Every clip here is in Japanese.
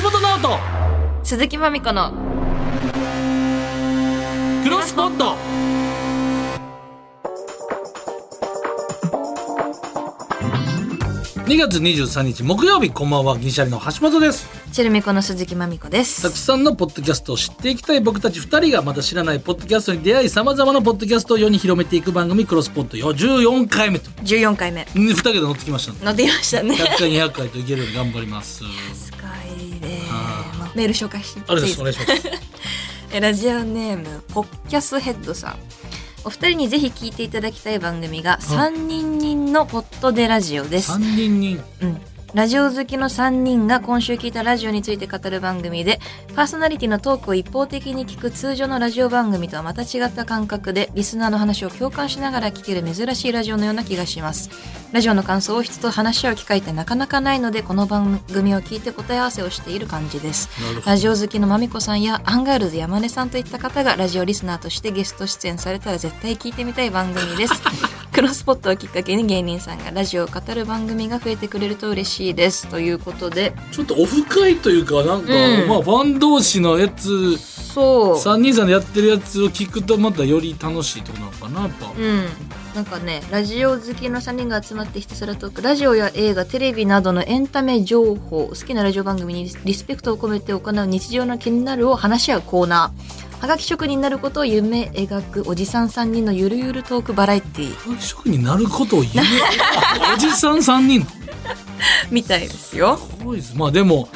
橋本直人鈴木まみこのクロスポット2月23日木曜日こんばんは銀シャリの橋本ですチェルミコの鈴木まみこでたくすさんのポッドキャストを知っていきたい僕たち2人がまた知らないポッドキャストに出会いさまざまなポッドキャストを世に広めていく番組「クロスポット」よ14回目と14回目2桁乗ってきましたんで乗ってきましたね100回200回といけるように頑張りますすごいねあメール紹介してあれですいおい願でいしますすかラジオネームポッキャスヘッドさんお二人にぜひ聞いていただきたい番組が「三人人のポットでラジオ」です3人にうん、ラジオ好きの3人が今週聞いたラジオについて語る番組でパーソナリティのトークを一方的に聞く通常のラジオ番組とはまた違った感覚でリスナーの話を共感しながら聞ける珍しいラジオのような気がしますラジオの感想を人と話し合う機会ってなかなかないのでこの番組を聞いて答え合わせをしている感じですなるほどラジオ好きのまみこさんやアンガールズ山根さんといった方がラジオリスナーとしてゲスト出演されたら絶対聞いてみたい番組 ですクロスポットをきっかけに芸人さんがラジオを語る番組が増えてくれると嬉しいですということでちょっとオフ会というかなんか、うんまあファン同士のやつそう3人さんでやってるやつを聞くとまたより楽しいとこなのかなやっぱ、うん、なんかねラジオ好きの3人が集まってひたすらトークラジオや映画テレビなどのエンタメ情報好きなラジオ番組にリスリスペクトを込めて行う日常の気になるを話し合うコーナーはがき職人になることを夢描くおじさん3人のゆるゆるトークバラエティー職になることを言うあおじさん3人みたいですよ。すごいですまあでも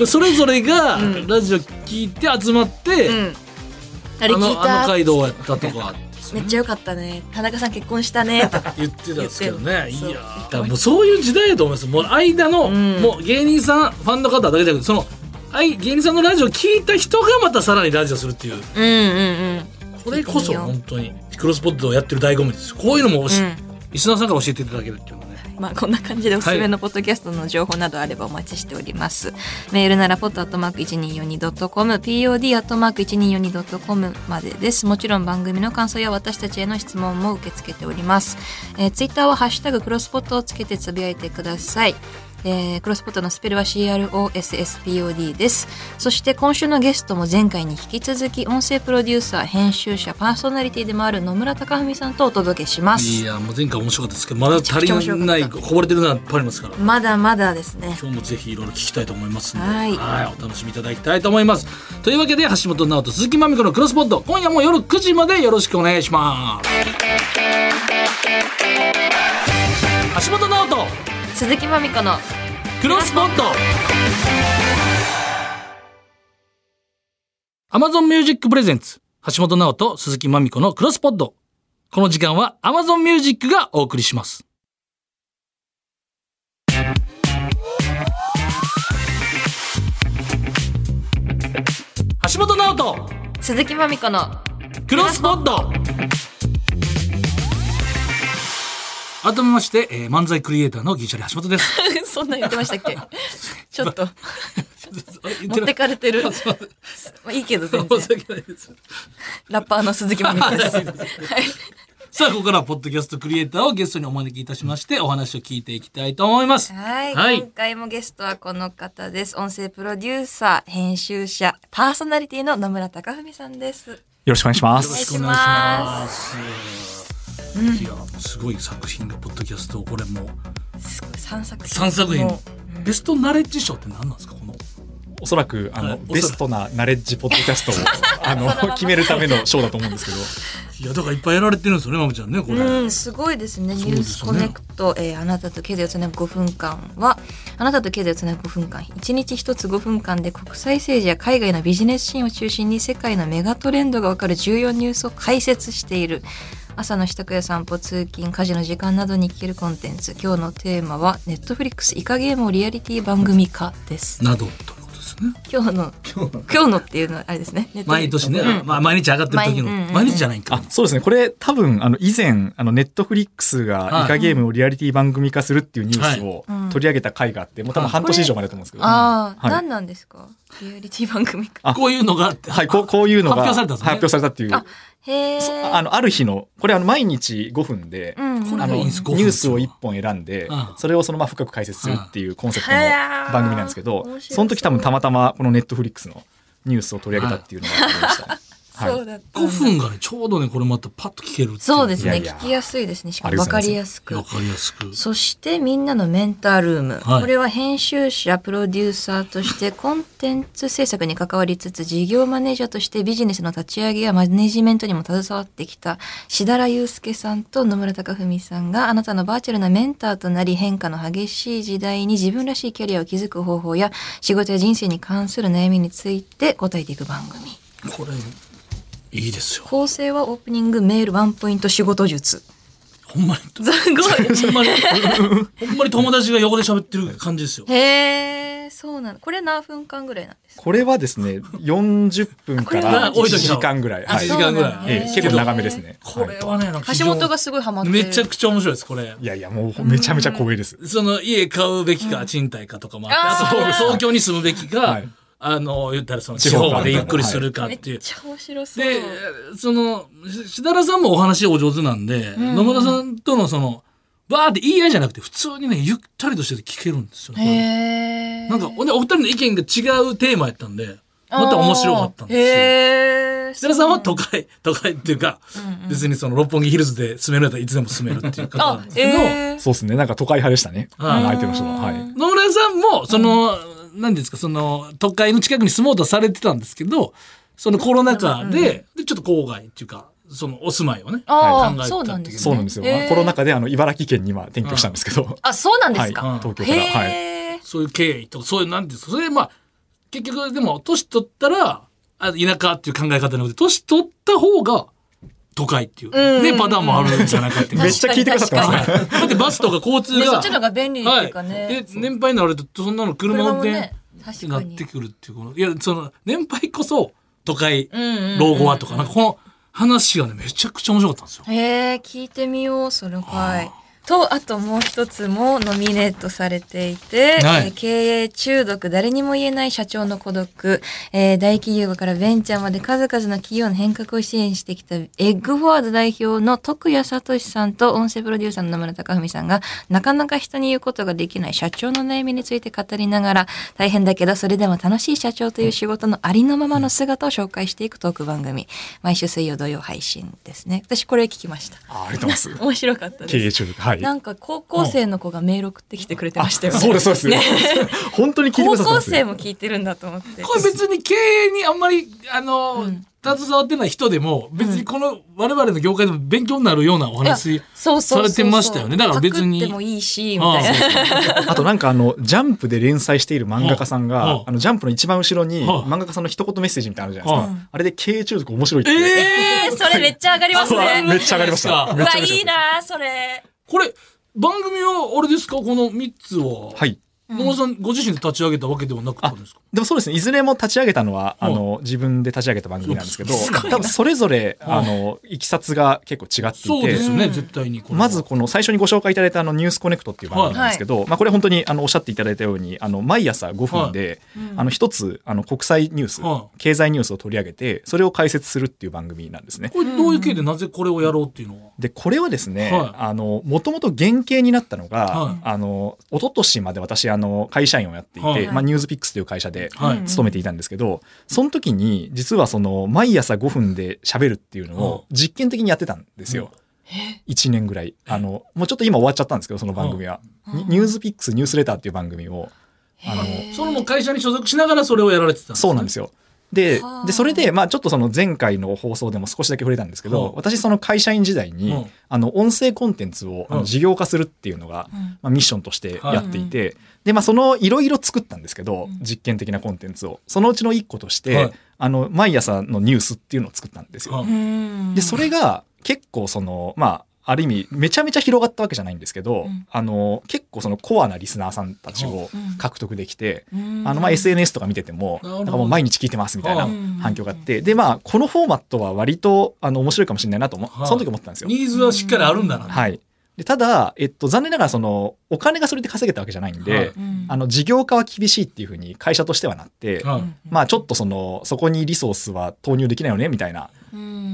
うん、それぞれがうんラジオ聞いて集まって、うん、ああれのあ聞いのた回どうやったとかめっちゃ良かったね田中さん結婚したねとか言ってたんですけどね言いっやてるーだからもうそういう時代だと思いますもう間の、うんもう芸人さんファンの方だけじゃなくてそのあい芸人さんのラジオ聞いた人がまたさらにラジオするっていううんうんうんこれこ聞いてそみよう本当にクロスポットをやってる醍醐味ですこういうのもおし、うんリスナーさんから教えていただけるっていうのねまあ、こんな感じでおすすめのポッドキャストの情報などあればお待ちしております。メールなら、ポッドアットマーク 1242.com、pod アットマーク 1242.com までです。もちろん番組の感想や私たちへの質問も受け付けております。えー、ツイッターはハッシュタグクロスポットをつけてつぶやいてください。えークロスポットのスペルは CROSSPOD です。そして今週のゲストも前回に引き続き音声プロデューサー、編集者、パーソナリティでもある野村隆文さんとお届けします。いやもう前回面白かったですけどまだ足りないこぼれてるのはいっぱいありますからまだまだですね。今日もぜひいろいろ聞きたいと思いますのではいお楽しみいただきたいと思いますというわけで橋本直人鈴木まみこのクロスポット今夜も夜9時までよろしくお願いします橋本直人鈴木まみこのクロスポット Amazon Music Presents 橋本直人鈴木まみこのクロスポットこの時間は Amazon Music がお送りします橋本直人鈴木まみこのクロスポット改めまして、えー漫才クリエイターの銀シャリ橋本です そんなん言ってましたっ けちょっとあれ言持ってかれて るますいませんあいいけど全然申し訳ないです。ラッパーの鈴木まみこです はいさあ、ここからはポッドキャストクリエイターをゲストにお招きいたしまして、お話を聞いていきたいと思います。はい、はい今回もゲストはこの方です音声プロデューサー編集者パーソナリティの野村貴文さんですよろしくお願いしまよろす。しくお願いします。いや、すごい作品がポッドキャスト、これもうすごい3作品三作品も。ベストナレッジ賞って何なんですか、この。おそらくあの、はいベストなナレッジポッドキ ャストをあの決めるための賞だと思うんですけど、いや、だからいっぱいやられてるんですよね、まみちゃんね、これ。うん、すごいですね。そうニュですねースコネクト、えーあなたと経済をつなぐ5分間は、あなたと経済をつなぐ5分間、1日1つ5分間で国際政治や海外のビジネスシーンを中心に世界のメガトレンドがわかる重要ニュースを解説している。朝の支度や散歩、通勤、家事の時間などに聞けるコンテンツ。今日のテーマは、ネットフリックスイカゲームをリアリティ番組化 です。など、ということですね。今日の、今日のっていうのはあれですね。毎年ね、まあ、毎日上がってる時の、毎うんうんうん毎日じゃないんかあ。そうですね。これ多分あの以前あのネットフリックスがイカゲームをリアリティ番組化するっていうニュースをはい取り上げた回があって、もう多分半年以上前だと思うんですけど、ああ、はい何なんですかリアリティ番組化。あこういうのがあって、はいこうこういうのが発表されたんですねはい発表されたっていうあへえ。そあのある日のこれあの毎日5分で、うんうん、これあのいいニんでュす5分ースを1本選んで、うんそれをそのまま深く解説するっていうコンセプトのへー番組なんですけど、面白そうその時多分たまたまこのネットフリックスのニュースを取り上げたっていうのがありました、はいそうだったん5だ分がね、ちょうどね、これまたパッと聞けるっていそうですねいやいや聞きやすいですね。しかありもがわとうかございますりやすくわ。かりやすく。そしてみんなのメンタールーム、はいこれは編集者プロデューサーと してコンテンツ制作に関わりつつ事業マネージャーとしてビジネスの立ち上げやマネジメントにも携わってきたしだらゆうすけさんと野村貴文さんがあなたのバーチャルなメンターとなり変化の激しい時代に自分らしいキャリアを築く方法や仕事や人生に関する悩みについて答えていく番組これ、いいですよ。構成はオープニングメールワンポイント仕事術ほんまに。すごいほんまに、ほんまに友達が横で喋ってる感じ ですよ。へえ、そうなの。これ何分間ぐらいなんですか。これはですね40分かあらこ1れは時間ぐらい、は1い時間ぐらあい。そうなんええだ結構長めですねこれはね、なんか非橋常本がすごいハマってめる。ちゃくちゃ面白いです、これ。いやいやもうめちゃめちゃ光栄ですその家買うべきか賃貸かとかもあって、あーあと東東京に住むべきはかい、あの、言ったらその地地方か方でゆっくりするかめっっていう。ちゃ面白そう。で、その、ししだらさんもお話お上手なんで、ん野村さんとのその、バーって言い合いじゃなくて、普通にね、ゆったりとしてて聞けるんですよ。へえ。なんか、ほんでお二人の意見が違うテーマやったんで、また面白かったんですよ。へえ。設田さんは都会、 都会っていうか、うんうん別にその六本木ヒルズで住めるやったらいつでも住めるっていう方なあんで、すえけど、え。そうですねなんか都会派でしたね、はいあの相手の人ははいうん野村さんも、その、何ですか、その、都会の近くに住もうとされてたんですけど、そのコロナ禍うんうんで、でちょっと郊外っていうか、そのお住まいをね、あ考えあ、たそうなんですね。そうなんですよ、へーコロナ。禍であの茨城県には転居したんですけど、あ、そうなんではすいか。東京からはいへえ。そういう経緯とか、そういう、なんですか、それでまあ、結局、でも、年取ったら、あ田舎っていう考え方なので、年取った方が、都会っていう、うんうんうんね、パターンもあるんじゃないかっていう。めっちゃ聞いてくださってますね確かに確かだってバスとか交通にね、そがっちの方が便利っていうかはいね。、で年配になるとそんなの車運も転ねって確なかってに。くるっていうこのいやその年配こそ都会うんうんうん老後はとかなんかこの話がねめちゃくちゃ面白かったんですよ。へえ聞いてみようその回。とあともう一つもノミネートされていて、はいえー経営中毒誰にも言えない社長の孤独、えー大企業からベンチャーまで数々の企業の変革を支援してきたエッグフォワード代表の徳谷聡さんと音声プロデューサーの野村貴文さんがなかなか人に言うことができない社長の悩みについて語りながら大変だけどそれでも楽しい社長という仕事のありのままの姿を紹介していくトーク番組毎週水曜土曜配信ですね私これ聞きましたあありがとうございます面白かった経で営す。中毒はいなんか高校生の子がメール送ってきてくれてましたよ。あそうですそうです、ね 本当に聞いて高くださって校ます生も聞いてるんだと思って。これ別に経営にあんまりあの、うん携わってない人でも別にこの我々の業界でも勉強になるようなお話、そうそうそうそさうれてましたよねだから別にパクってもいいしみああたいな。あとなんかあの、ジャンプで連載している漫画家さんうんうがん、あの、ジャンプの一番後ろに、うん漫画家さんの一言メッセージみたいなのあるじゃないですうか。あれで経営中毒面白いって。ええー、それめっちゃ上がりますそうね。えめっちゃ上がりましうわた。うめっわちゃ上がいりまいした。なそれ。これ番組はあれですかこの三つは、はい。野村さんご自身で立ち上げたわけではなくってことですかでもそうですね、いずれも立ち上げたのは、うんあの、自分で立ち上げた番組なんですけどすごいな、多分それぞれ、うんあの、いきさつが結構違そうっていですて、よね、うん絶対にこれはまずこの最初にご紹介いただいたあのニュースコネクトっていう番組なんですけど、まあこれ本当にあのおっしゃっていただいたように、あの毎朝5分で、あの一つあの国際ニュース、は経済ニュースを取り上げて、それを解説するっていう番組なんですね。これどういう経緯でなぜこれをやろうっていうのは、でこれはですね、はいあのもともと原型になったのが、はいあの一昨年まで私あの会社員をやっていて、はいまあ、ニュースピックスという会社ではい勤めていたんですけど、その時に実はその毎朝5分で喋るっていうのはを実験的にやってたんですよ。1年ぐらいあのもうちょっと今終わっちゃったんですけどその番組は、はいニニュースピックスニュースレターっていう番組をあのへーそのもう会社に所属しながらそれをやられてたんですねそうなんですよ。ではあでそれで、まあ、ちょっとその前回の放送でも少しだけ触れたんですけど、はあ私その会社員時代に、うんあの音声コンテンツをあうんの事業化するっていうのが、うんまあ、ミッションとしてやっていて、で、まあ、そのいろいろ作ったんですけど、うん実験的なコンテンツをそのうちの一個として、はいあの毎朝のニュースっていうのを作ったんですよ。はうんでそれが結構そのまあある意味めちゃめちゃ広がったわけじゃないんですけど、うんあの結構そのコアなリスナーさんたちを獲得できて、あのまあ SNS とか見ててもなるなほどんかもう毎日聞いてますみたいなうん反響があってでまあこのフォーマットは割とあの面白いかもしれないなと思はいその時思ったんですよニ。ーズはしっかりあるんだな、はい、でただ、えっと、残念ながらそのお金がそれで稼げたわけじゃないんで、はいあの事業化は厳しいっていうふうに会社としてはなって、はいうんまあちょっとそのそこにリソースは投入できないよねみたいな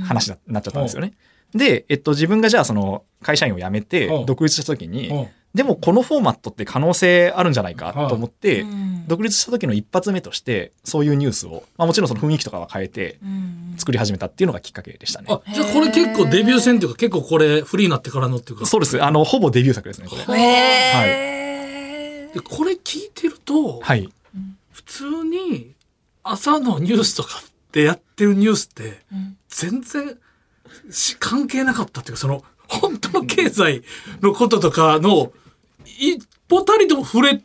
話になっちゃったんですよね。で、えっと、自分がじゃあその会社員を辞めてうん独立した時に、うんでもこのフォーマットって可能性あるんじゃないかと思って、うん独立した時の一発目としてそういうニュースを、まあ、もちろんその雰囲気とかは変えてうん作り始めたっていうのがきっかけでしたね。あ、じゃあこれ結構デビュー戦というか、結構これフリーになってからのっていうか。そうですあのほぼデビュー作ですねこれ。はへーでこれ聞いてると、はい、普通に朝のニュースとかでやってるニュースって、うん全然し関係なかったっていうか、その、本当の経済のこととかの、一歩たりとも触れ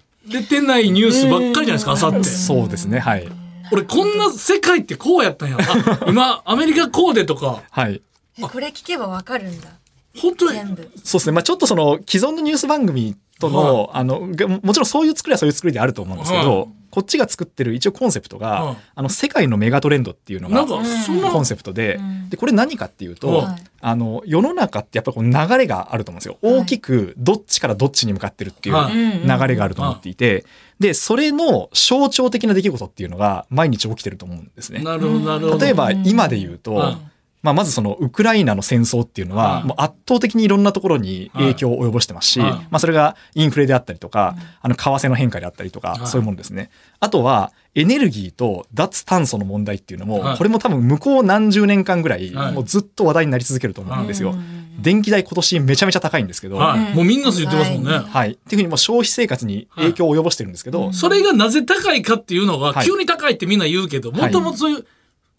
てないニュースばっかりじゃないですか、朝って。そうですねはい、俺こんな世界ってこうやったんや。あ今、アメリカこうでとか、はい、えこれ聞けばわかるんだ本当に。全部そうですね、まあ、ちょっとその既存のニュース番組との,、あのがもちろんそういう作りはそういう作りであると思うんですけど、はこっちが作ってる一応コンセプトが、はいあの世界のメガトレンドっていうのながんか、そんな、コンセプトで,、うんでこれ何かっていうと、はいあの世の中ってやっぱりこう流れがあると思うんですよはい大きくどっちからどっちに向かってるっていうはい流れがあると思っていて、でそれの象徴的な出来事っていうのが毎日起きてると思うんですね。なるほど、なるほど。例えば今で言うと、はいまあ、まずそのウクライナの戦争っていうのははいもう圧倒的にいろんなところに影響を及ぼしてますし、はいまあ、それがインフレであったりとか、あの為替の変化であったりとか、はいそういうものですねあとはエネルギーと脱炭素の問題っていうのも、はいこれも多分向こう何十年間ぐらいはいもうずっと話題になり続けると思うんですよ。電気代今年めちゃめちゃ高いんですけど、ははいい。もうみんなそう言ってますもんね。はいっていうふうにもう消費生活に影響を及ぼしてるんですけど、はいそれがなぜ高いかっていうのは、はい急に高いってみんな言うけど、もともとそういう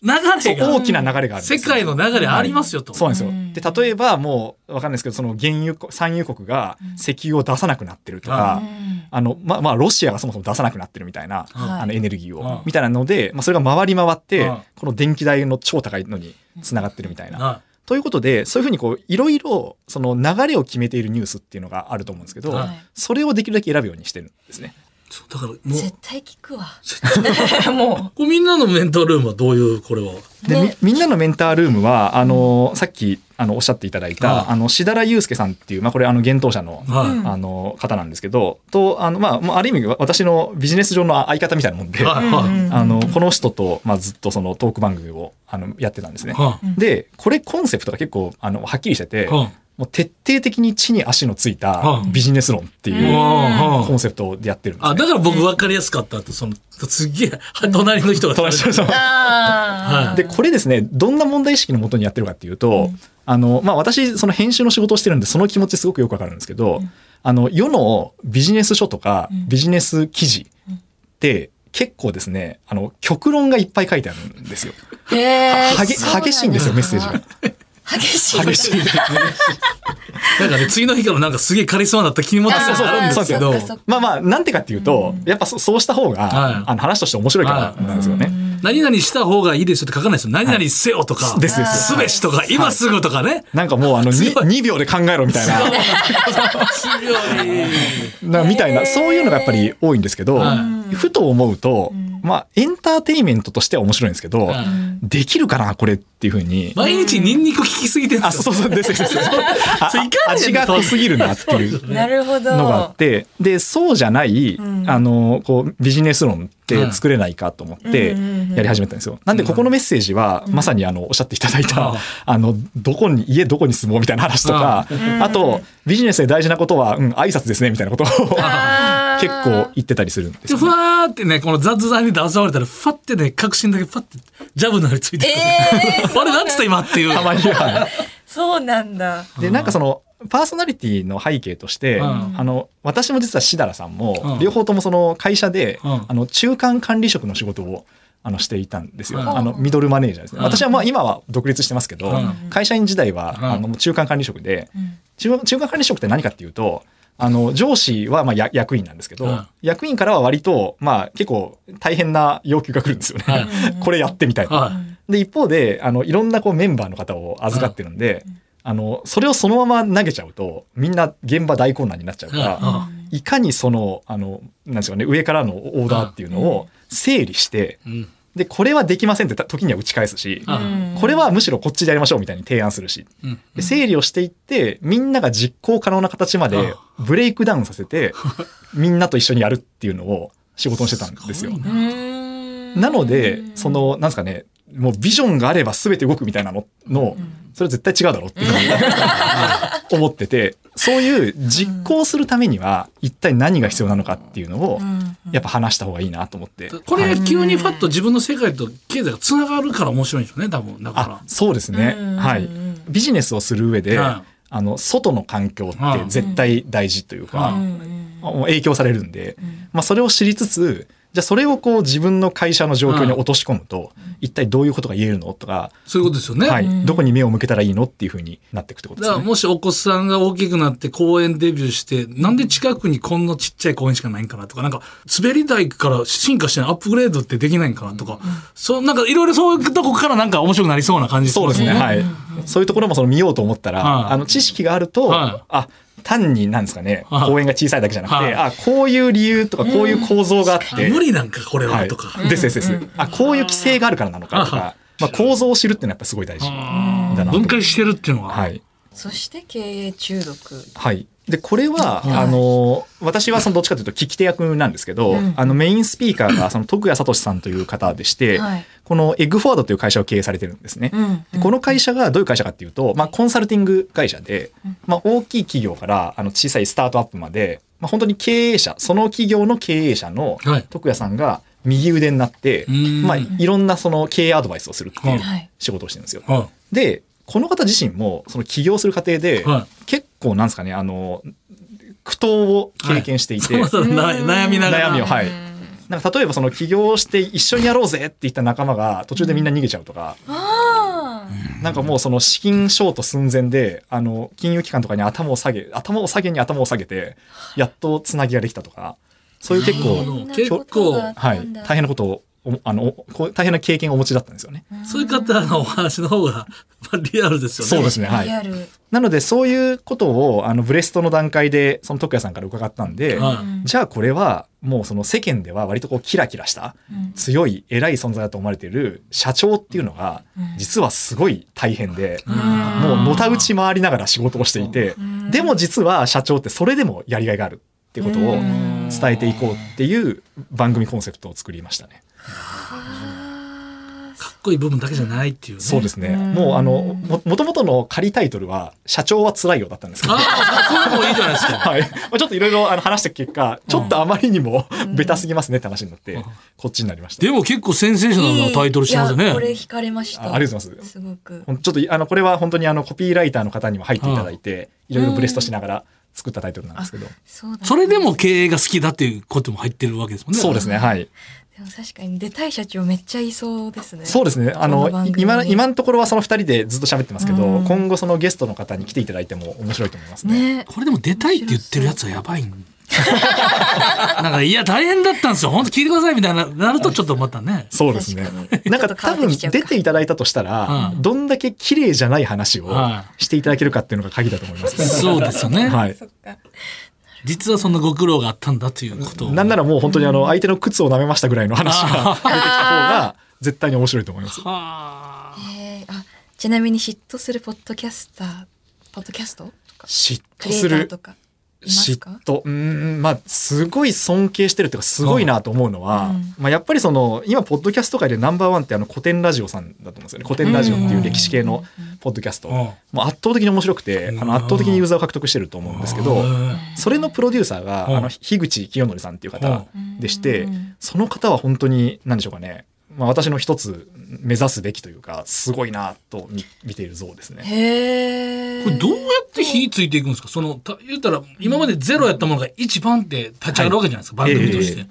流そうれが、大きな流れがあるんです世よ界の流れありますよと。そうなんですうよん。で例えばもうわかんないですけどその原油国産油国が石油を出さなくなってるとか、うあのままあロシアがそもそも出さなくなってるみたいな、はいあのエネルギーうんを、みたいなので、まあ、それが回り回って、うんこの電気代の超高いのにつながってるみたいな。はということでそういうふうにこういろいろその流れを決めているニュースっていうのがあると思うんですけど、はいそれをできるだけ選ぶようにしてるんですね。いそうだからもう、絶対聞くわもこれみんなのメンタルルームはどういう、これは。で、ねみみんなのメンタールームはあのさっきあのおっしゃっていただいた、あああのしだらゆうすけさんっていう、まあ、これあの幻冬者のはい。うんあの方なんですけどとあの、まあまあ、ある意味私のビジネス上の相方みたいなもんで、はうい、うはんあのこの人と、まあ、ずっとそのトーク番組をあのやってたんですい。ね。はでこれコンセプトが結構あのはっきりしてて、い。はもう徹底的に地に足のついたうんビジネス論ってい。いうはコいンセプトでやってるんであ、すね。だから僕分かりやすかったって、その、すげえ、隣の人が。隣の人があーでこれですねどんな問題意識のもとにやってるかっていうと、あのまあ、私その編集の仕事をしてるんでその気持ちすごくよくわかるんですけど、あの世のビジネス書とかんビジネス記事って結構ですねあの極論がいっぱい書いてあるんですよ。へーはげそうなん激しいんですよメッセージが。激しい激しい。なんかね、次の日からなんかすげえカリスマだった気もあーするんですけどそっかそっ。かまあまあなんてかっていうと、やっぱそそうした方はが、いあの話として面白いからなんですよね。何々した方がいいですよって書かないですよ。何々せよとか、ですですすべしとか、今すぐとかね。なんかもうあのすごい 2, 秒で考えろみたいな。強い。なみたいへーなそういうのがやっぱり多いんですけど、はふと思うと、まあエンターテインメントとしては面白いんですけど、はいできるかなこれっていうふうに、毎日ニンニク効きすぎてるんであすよそうそうですですですあそういかんねん味が濃すぎるなっていうなるほどのがあってでそうじゃない、んあのこうビジネス論って作れないかと思ってうんうんうんうんやり始めたんですよ。なんでここのメッセージはまさにあのおっしゃっていただいた、うんあのどこに家どこに住もうみたいな話とか、あとビジネスで大事なことは、うん、挨拶ですねみたいなことをあー 結構言ってたりするんですで、よふね、わーってね、この雑談に出さわれたら、ふわってね、確信だけふわって、ジャブのあれついてくる。えーあれ、なんつった今っていう。たまには。そうなんだでなんかそのパーソナリティの背景として、うんあの私も実はしだらさんも、うん両方ともその会社で、うんあの中間管理職の仕事をあのしていたんですよ、うんあのミドルマネージャーですね、うん私はまあ今は独立してますけど、うん会社員時代は、うんあのもう中間管理職で、中中間管理職って何かっていうとあの上司はまあや役員なんですけど、うん役員からは割とまあ結構大変な要求が来るんですよね、はい これやってみたいな、はで一方であのいろんなこうメンバーの方を預かってるんで、あのそれをそのまま投げちゃうとみんな現場大混乱になっちゃうから、うんいかにそのあのなんですかね上からのオーダーっていうのを整理して、い。うん。でこれはできませんってた時には打ち返すし、あこれはむしろこっちでやりましょうみたいに提案するしうん。で整理をしていってみんなが実行可能な形までブレイクダウンさせてみんなと一緒にやるっていうのを仕事にしてたんですよ。ごいなななので、その、なんですかね、もうビジョンがあれば全て動くみたいなのの、それは絶対違うだろうっていうふうに思ってて、そういう実行するためには一体何が必要なのかっていうのを、やっぱ話した方がいいなと思って。これはいが急にファッと自分の世界と経済がつながるから面白いんでしょうね、多分。だあかそうですね、うんはいうんビジネスをする上で、うんあの外の環境って絶対大事というか、うんもう影響されるんで、まあ、それを知りつつじゃあそれをこう自分の会社の状況に落とし込むと、一体どういうことが言えるのとか、ら。そういうことですよね。はいんどこに目を向けたらいいのっていうふうになっていくってことでだかすらね。もしお子さんが大きくなって公園デビューして、なんで近くにこんなちっちゃい公園しかないんかなとか、なんか滑り台から進化してないアップグレードってできないんかなとか、そう、なんかいろいろそういうとこからなんか面白くなりそうな感じそうですね、はい。はい、そういうところもその見ようと思ったら、はいあの知識があると、はいあ単になんですかね、はい公園が小さいだけじゃなくて、はいあこういう理由とかこういう構造があって、無理なんかこれはとか。はい、ですですです、あこういう規制があるからなのかとか、まあ、構造を知るっていうのはやっぱすごい大事あーだなと分解してるっていうのは。はいそして経営中毒。はいでこれは、あの私はそのどっちかというと聞き手役なんですけど、うんあのメインスピーカーがその徳谷聡さんという方でして、はいこのエッグフォワードという会社を経営されてるんですね。うんでこの会社がどういう会社かっていうと、まあ、コンサルティング会社で、まあ、大きい企業からあの小さいスタートアップまで、まあ、本当に経営者その企業の経営者のはい徳谷さんが右腕になって、うんまあ、いろんなその経営アドバイスをするっていうはい仕事をしてるんですよ。はでこの方自身もその起業する過程で、は結構なんですかねあの苦闘を経験していい。て、そうそうな悩みながら。悩みをはいなんか例えばその起業して一緒にやろうぜって言った仲間が途中でみんな逃げちゃうとか、あなんかもうその資金ショート寸前であの金融機関とかに頭を下げ頭を下げに頭を下げてやっとつなぎができたとかそういう結なるほど構、結構はい、大変ななことをおあのこう大変な経験をお持ちだったんですよね。そういう方のお話の方が、 まあ、リアルですよね。そうですことねがあっはたんだいリアル。なのでそういうことをあのブレストの段階でその徳谷さんから伺ったんで、はいうんじゃあこれはもうその世間では割とこうキラキラしたうん強い偉い存在だと思われている社長っていうのがうん実はすごい大変で、んもうのたうち回りながら仕事をしていて、んでも実は社長ってそれでもやりがいがあるってことをうん伝えていこうっていう番組コンセプトを作りましたね。かっこいい部分だけじゃないっていうね。。そうですすね。もうあのももともとの仮タイトルは社長は辛いよだったんですけどあ。あ、そういうのもいいじゃないですか。はい。まあちょっといろいろあの話した結果、ちょっとあまりにもベタすぎますねって話になって、こっちになりました。でも結構センセーショナルなタイトルしてますよいね。やこれ惹かれました。あありがとうございますすごく。ほんちょっといあのこれは本当にあのコピーライターの方にも入っていただいて、いろいろブレストしながら作ったタイトルなんですけど。そうだ。それでも経営が好きだっていうことも入ってるわけですもんね。そうですね、はい。でも確かに出たい社長めっちゃいそうですね。そうですね。あこのの番、組に今、今のところはその二人でずっと喋ってますけど、うん今後そのゲストの方に来ていただいても面白いと思いますね。ね。これでも出たいって言ってるやつはやばいん。なんか、いや、大変だったんですよ。本当聞いてくださいみたいな、なるとちょっとまたね。そうですね確かに。なんかちょっと変多わっ分てきちゃうか出ていただいたとしたら、うんどんだけ綺麗じゃない話をはしていただけるかっていうのが鍵だと思いますね、そうですよね。はい。そっか。実はそんなご苦労があったんだということを。なんならもう本当にあの相手の靴を舐めましたぐらいの話が出てきた方が絶対に面白いと思います。はあえーあちなみに嫉妬するポッドキャスターポッドキャストとか嫉ク妬リエすイターるとかいます嫉か妬うーんまあすごい尊敬してるっていうかすごいなと思うのは、うんまあ、やっぱりその今ポッドキャスト界でナンバーワンってあの古典ラジオさんだと思うんですよね古典ラジオっていう歴史系のポッドキャスト、うんもう圧倒的に面白くてあうんの圧倒的にユーザーを獲得してると思うんですけど。それのプロデューサーが、うんあの樋口清則さんっていう方でして、うんその方は本当に何でしょうかね、まあ、私の一つ目指すべきというかすごいなと見見ている像ですね。へえ。これどうやって火ついていくんですかその、た言ったら、今までゼロやったものが一番って立ち上がるわけじゃないですか、はい番組として。ええ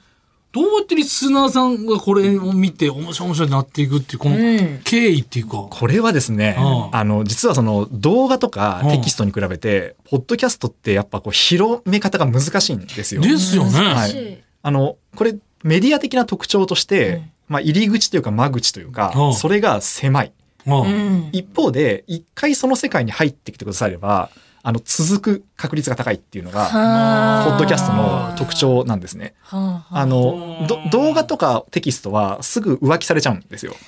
どうやってリスナーさんがこれを見て、面白い面白いなっていくっていう、この経緯っていうか。これはですね、うんあの実はその動画とかうんテキストに比べて、ポッドキャストってやっぱこう広め方が難しいんですよ。ですよね。は難しいい。あのこれメディア的な特徴として、うんまあ、入り口というか間口というか、うんそれが狭い。うんうん一方で一回その世界に入ってきてくださればあの続く確率が高いっていうのがポはーッドキャストの特。徴なんですね。はあはああのど動画とかテキストはすぐ浮気されちゃうんですよ。確か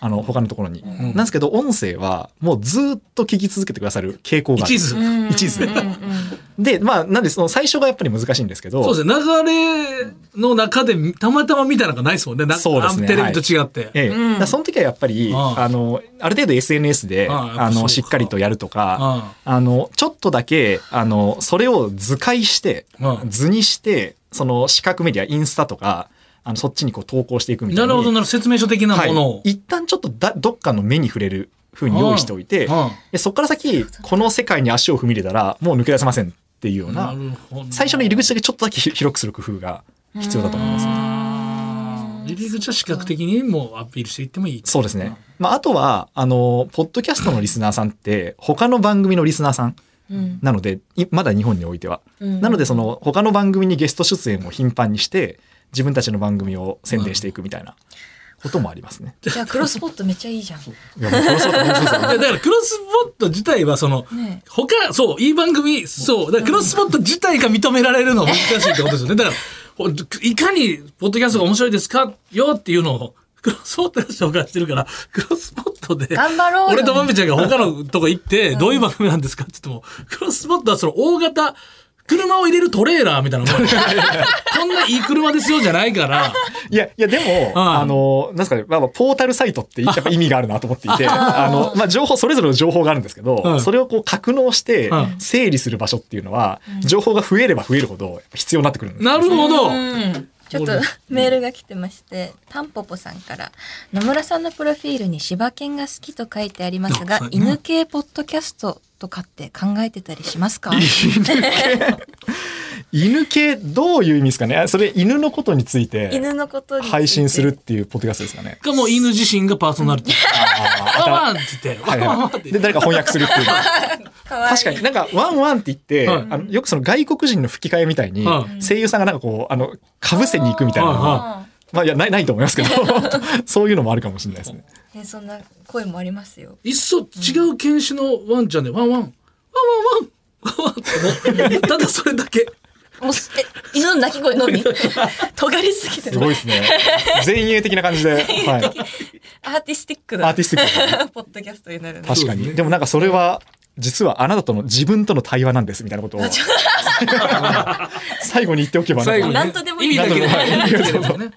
あの他のところに、んなんですけど音声はもうずっと聞き続けてくださる傾向がある一途に。一途うんうんうんで、まあ、なんで、その最初がやっぱり難しいんですけど、そうですね。流れの中でたまたま見たいなのがないですもんね。なそうですねあテレビと違って。ええうんだからその時はやっぱり、あああの、ある程度 SNS で、ああやっぱあそうの、かしっかりとやるとか、ああの、ちょっとだけ、あの、それを図解して、うん図にして、その視覚メディア、インスタとか、あの、そっちにこう投稿していくみたないな。るほどなるほど説明書的なものを。はい。一旦ちょっとだ、どっかの目に触れる風に用意しておいて、うでそこから先、この世界に足を踏み入れたら、もう抜け出せませんっていうようんな、るほど最初の入り口だけちょっとだけ広くする工夫が必要だと思いますね。あー入り口は視覚的にもうアピールしていってもいい。そうですね。まあ、あとは、あの、ポッドキャストのリスナーさんって、他の番組のリスナーさんうんなので、いまだ日本においては。なので、その、他の番組にゲスト出演を頻繁にして、自分たちの番組を宣伝していくみたいなこともありますね。じゃあクロスポットめっちゃいいじゃん。いやもうこれそうだねそうだでねだからクロスポット自体はその、ね他、そう、いい番組、そう、だからクロスポット自体が認められるのは難しいってことですよね。だから、ほいかに、ポッドキャストが面白いですかよっていうのを、クロスポットが紹介してるから、クロスポットで、頑張ろうよ俺とまみちゃんが他のとこ行って、どういう番組なんですかって言っても、クロスポットはその大型、車を入れるトレーラーみたいなもん。 こんないい車ですよじゃないから。いや、いや、でも、うんあの、なんですかね、まあまあ、ポータルサイトってや っぱ意味があるなと思っていて、あの、まあ、情報、それぞれの情報があるんですけうど、んそれをこう、格納してう、ん整理する場所っていうのは、情報が増えれば増えるほど、必要になってくるんですよなるほど。うんちょっとメールが来てまして、タンポポさんから、野村さんのプロフィールに柴犬が好きと書いてありますがあそ、うね犬系ポッドキャストとかって考えてたりしますか犬系どういう意味ですかねそれ犬のことについて犬のことについて配信するっていうポッドキャストですかねかもう犬自身がパーソナリティ。ワンワンって言って、ワ はいンワンワンっはて言い、でって。誰か翻訳するっていうかわいい確かになんか「ワンワン」って言って、はいあのよくその外国人の吹き替えみたいに、は声優さんがなんかこうあのかぶせに行くみたいなのが、はいはまあいやないないと思いま すけどそういうのもあるかもしれないですね。ねそんな声もありますよ。いっそ違う犬種のワンちゃんで、ワンワン、ワンワンワン、ワンワンってもう、ただそれだけ。もうすえ犬の鳴き声の み尖りすぎてすごいですね。前衛的な感じで、はい、アーティスティックアーな ティスティックなポッドキャストになるね確そうかですに。ねでもなんかそれは実はあなたとの自分との対話なんですみたいなことを 最後に言っておけばな最んか後に、ね。なんとでもいい意味だけで。意味だけでね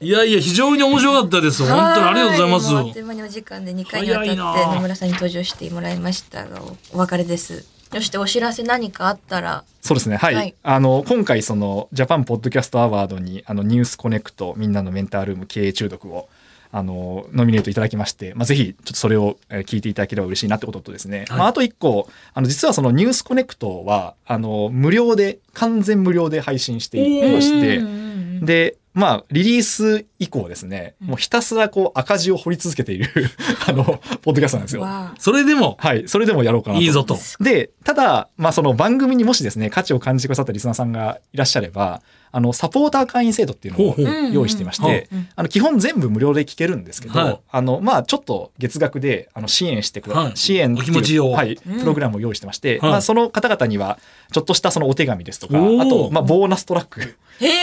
いやいや、非常に面白かったです。本当にありがとうござはもあいまっといす。う間にお時間で2回にわたって早いな野村さんに登場してもらいましたが、おお別れです。そしてお知らせ何かあったら、そうですね。はい。はいあの、今回、その、ジャパンポッドキャストアワードに、あの、ニュースコネクト、みんなのメンタールーム経営中毒を、あの、ノミネートいただきまして、まあ、ぜひ、ちょっとそれをえー聞いていただければ嬉しいなってこととですね。はいまあ、あと一個、あの、実はそのニュースコネクトは、あの、無料で、完全無料で配信していまして、で、まあ、リリース以降ですね、もうひたすらこう赤字を掘り続けている、 あの、ポッドキャストなんですよ。わあそれでも、はい。それでもやろうかなと。いいぞと。で、ただ、まあ、その番組にもしですね、価値を感じてくださったリスナーさんがいらっしゃれば、あの、サポーター会員制度っていうのほうをほう用意していましうんうんて、あの、基本全部無料で聞けるんですけど、はいあの、まあ、ちょっと月額で、あの、支援してください。はい支援っていうお気持ちをはい、プログラムを用意してまして、はいまあ、その方々には、ちょっとしたそのお手紙ですとか、おーあと、まあ、ボーナストラック。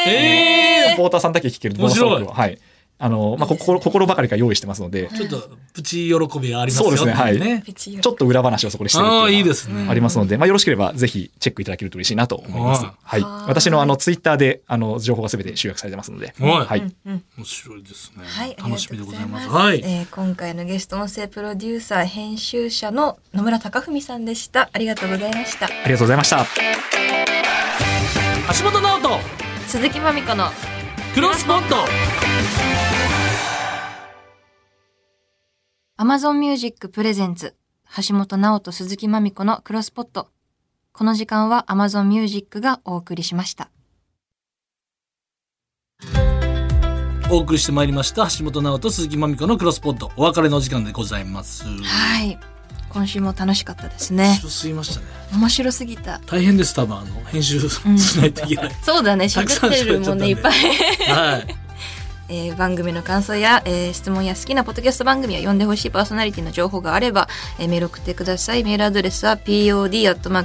えサポーターさんだけ聞けるボーナストラックを、はい。あの、まあ、心、心ばかりが用意してますので、ーちょっと、プチ喜びがありますそうよでね。すねはいちちょっと裏話をそこでしてるっていうのあがあ、いいですね。ありますので、まあ、よろしければぜひチェックいただけると嬉しいなと思いますうん。はい。はい私のあのツイッターであの情報がすべて集約されてますので。はいはい。面白いですね。はい、楽しみでございまあす。りがとうごはざい。えー今回のゲスト音声プロデューサー編集者の野村隆文さんでした。ありがとうございました。ありがとうございました。橋本直人、鈴木まみこのクロスポット。 Amazon Music Presents 橋本直人鈴木まみこのクロスポットこの時間は Amazon Music がお送りしましたお送りしてまいりました、橋本直人、鈴木まみこのクロスポット。お別れのお時間でございます。はい今週も楽しかったですね白すぎましたね。面白すぎた大変です、多分、あの、編集しないとい けない。そうだねたくさ喋んってるもんねい喋っっぱい、はい。えー番組の感想や、えー質問や好きなポッドキャスト番組を読んでほしいパーソナリティの情報があれば、えーメール送ってくださいメールアドレスは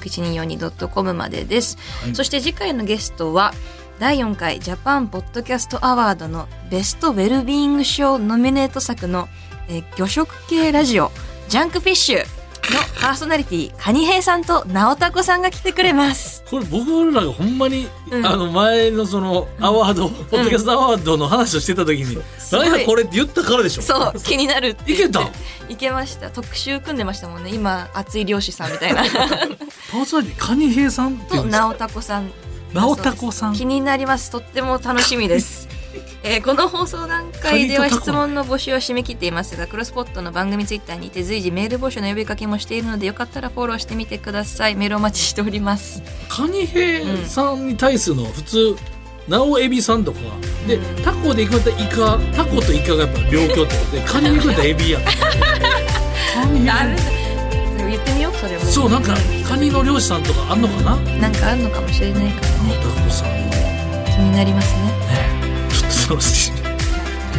pod.1242.com までです、いそして次回のゲストは第4回ジャパンポッドキャストアワードのベストウェルビーイング賞ノミネート作の、えー魚食系ラジオジャンクフィッシュのパーソナリティカニヘイさんとナオタコさんが来てくれます。これ僕らがほんまに、うんあの前のそのアワード、ポッドキャストアワードの話をしてた時に「すごい何やこれ」って言ったからでしょそう気になるって言っていけたいけました特集組んでましたもんね今熱い漁師さんみたいなパーソナリティカニヘイさんっていとうんですか直太子さん直太子さん気になりますとっても楽し みです、えーこの放送段階ではカニとタコ質問の募集を締め切っていますがクロスポットの番組ツイッターにて随時メール募集の呼びかけもしているのでよかったらフォローしてみてくださいメールお待ちしておりますカニヘイさんに対するのは普通直エビさんとかでタコでいくんだったらイカタコとイカがやっぱ両京ってことでカニでいくんだったらエビやん カニあヘるイ言ってみようそれもそうなんかカニの漁師さんとかあんのかな直なんかあるのかもしれないからね太子さんの。気になりますねちょっと楽しい。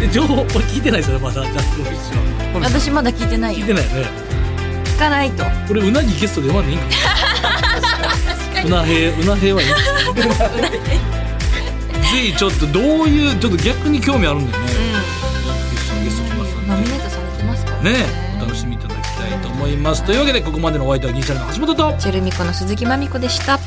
え情報、これ聞いてないですよね、まだ。ジャックの一緒これ私まだ聞いてない聞いよてないよね。聞かないとこれ、うなぎゲストで呼ばんでいいんかなうなへいうなへいはいいんですねぜひ、ちょっと、どういう、ちょっと逆に興味あるんだよね。ゲスト、ゲスト来ますうんね。ノミネートされてますからねねえお楽しみいただきたいと思います。というわけで、ここまでのお相手は銀シャリの橋本と、チェルミコの鈴木まみこでした